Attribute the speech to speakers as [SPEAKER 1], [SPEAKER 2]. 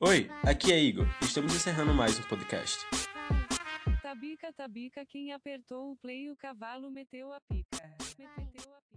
[SPEAKER 1] Oi, aqui é Igor. Estamos encerrando mais um podcast.
[SPEAKER 2] Tabica, tabica, quem apertou o play, o cavalo meteu a pica. Meteu a pica.